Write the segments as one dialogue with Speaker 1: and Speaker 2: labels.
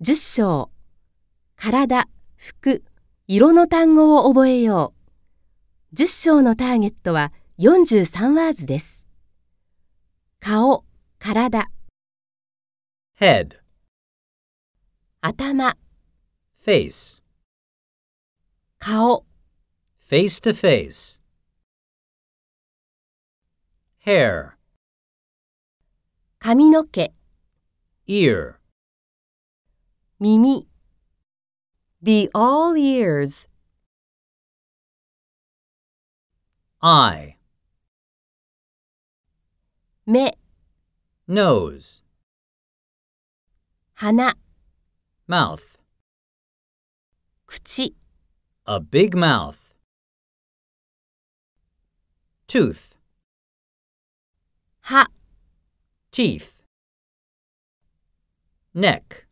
Speaker 1: 10章。体、服、色の単語を覚えよう。10章のターゲットは43ワーズです。顔、体、
Speaker 2: head,
Speaker 1: 頭、
Speaker 2: face,
Speaker 1: 顔、
Speaker 2: face to face. Hair,
Speaker 1: 髪の毛、
Speaker 2: ear,
Speaker 1: 耳、
Speaker 3: Be all ears.
Speaker 2: eye,
Speaker 1: 目、
Speaker 2: nose,
Speaker 1: 鼻、
Speaker 2: mouth,
Speaker 1: 口、
Speaker 2: a big mouth. Tooth,
Speaker 1: 歯、
Speaker 2: teeth. Neck,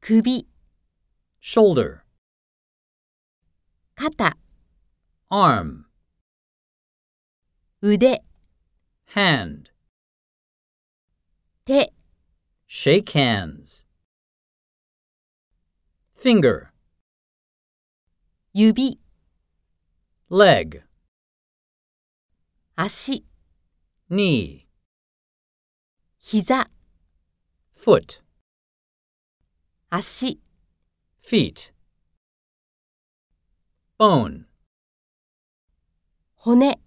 Speaker 1: 首、
Speaker 2: shoulder,
Speaker 1: 肩、
Speaker 2: arm,
Speaker 1: 腕、
Speaker 2: hand.
Speaker 1: 手、
Speaker 2: Shake hands. Finger,
Speaker 1: 指、
Speaker 2: leg,
Speaker 1: 足、
Speaker 2: knee,
Speaker 1: 膝、
Speaker 2: foot.
Speaker 1: 足、
Speaker 2: Feet. Bone.
Speaker 1: 骨、